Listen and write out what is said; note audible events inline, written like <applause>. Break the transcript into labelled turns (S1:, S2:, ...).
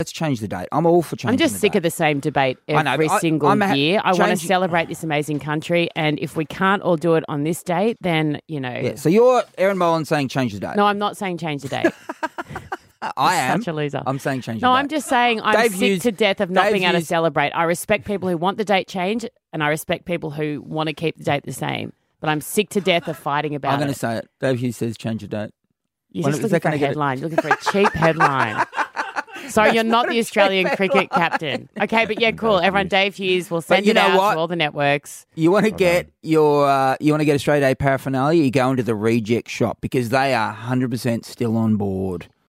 S1: Let's change the date. I'm all for changing.
S2: I'm just
S1: the
S2: sick
S1: date.
S2: of the same debate
S1: I know,
S2: every
S1: but I-
S2: single
S1: I'm ha-
S2: year. I want to
S1: changing-
S2: celebrate this amazing country, and if we can't all do it on this date, then you know.
S1: Yeah, so you're Aaron Mullen saying change the date.
S2: No, I'm not saying change
S1: <laughs>
S2: the date.
S1: I am.
S2: Such a loser.
S1: I'm saying change the
S2: No,
S1: date.
S2: I'm just saying I'm
S1: Dave
S2: sick
S1: used-
S2: to death of not
S1: Dave
S2: being able to
S1: used-
S2: celebrate. I respect people who want the date change, and I respect people who want to keep the date the same. But I'm sick to death of fighting about
S1: I'm going
S2: it.
S1: to say it. Dave Hughes says change the date.
S2: You're
S1: When
S2: just
S1: is
S2: looking
S1: that
S2: for a
S1: gonna get-
S2: headline. You're looking for a
S1: <laughs>
S2: cheap headline. Sorry, you're not, the Australian cricket captain.
S1: <laughs>
S2: Okay, but yeah, cool. Everyone, Dave Hughes will send
S1: you
S2: it
S1: know
S2: out
S1: what?
S2: to all the networks.
S1: You want to get your uh, you want to get a straight A paraphernalia. You go into the reject shop because they are 100 percent still on board.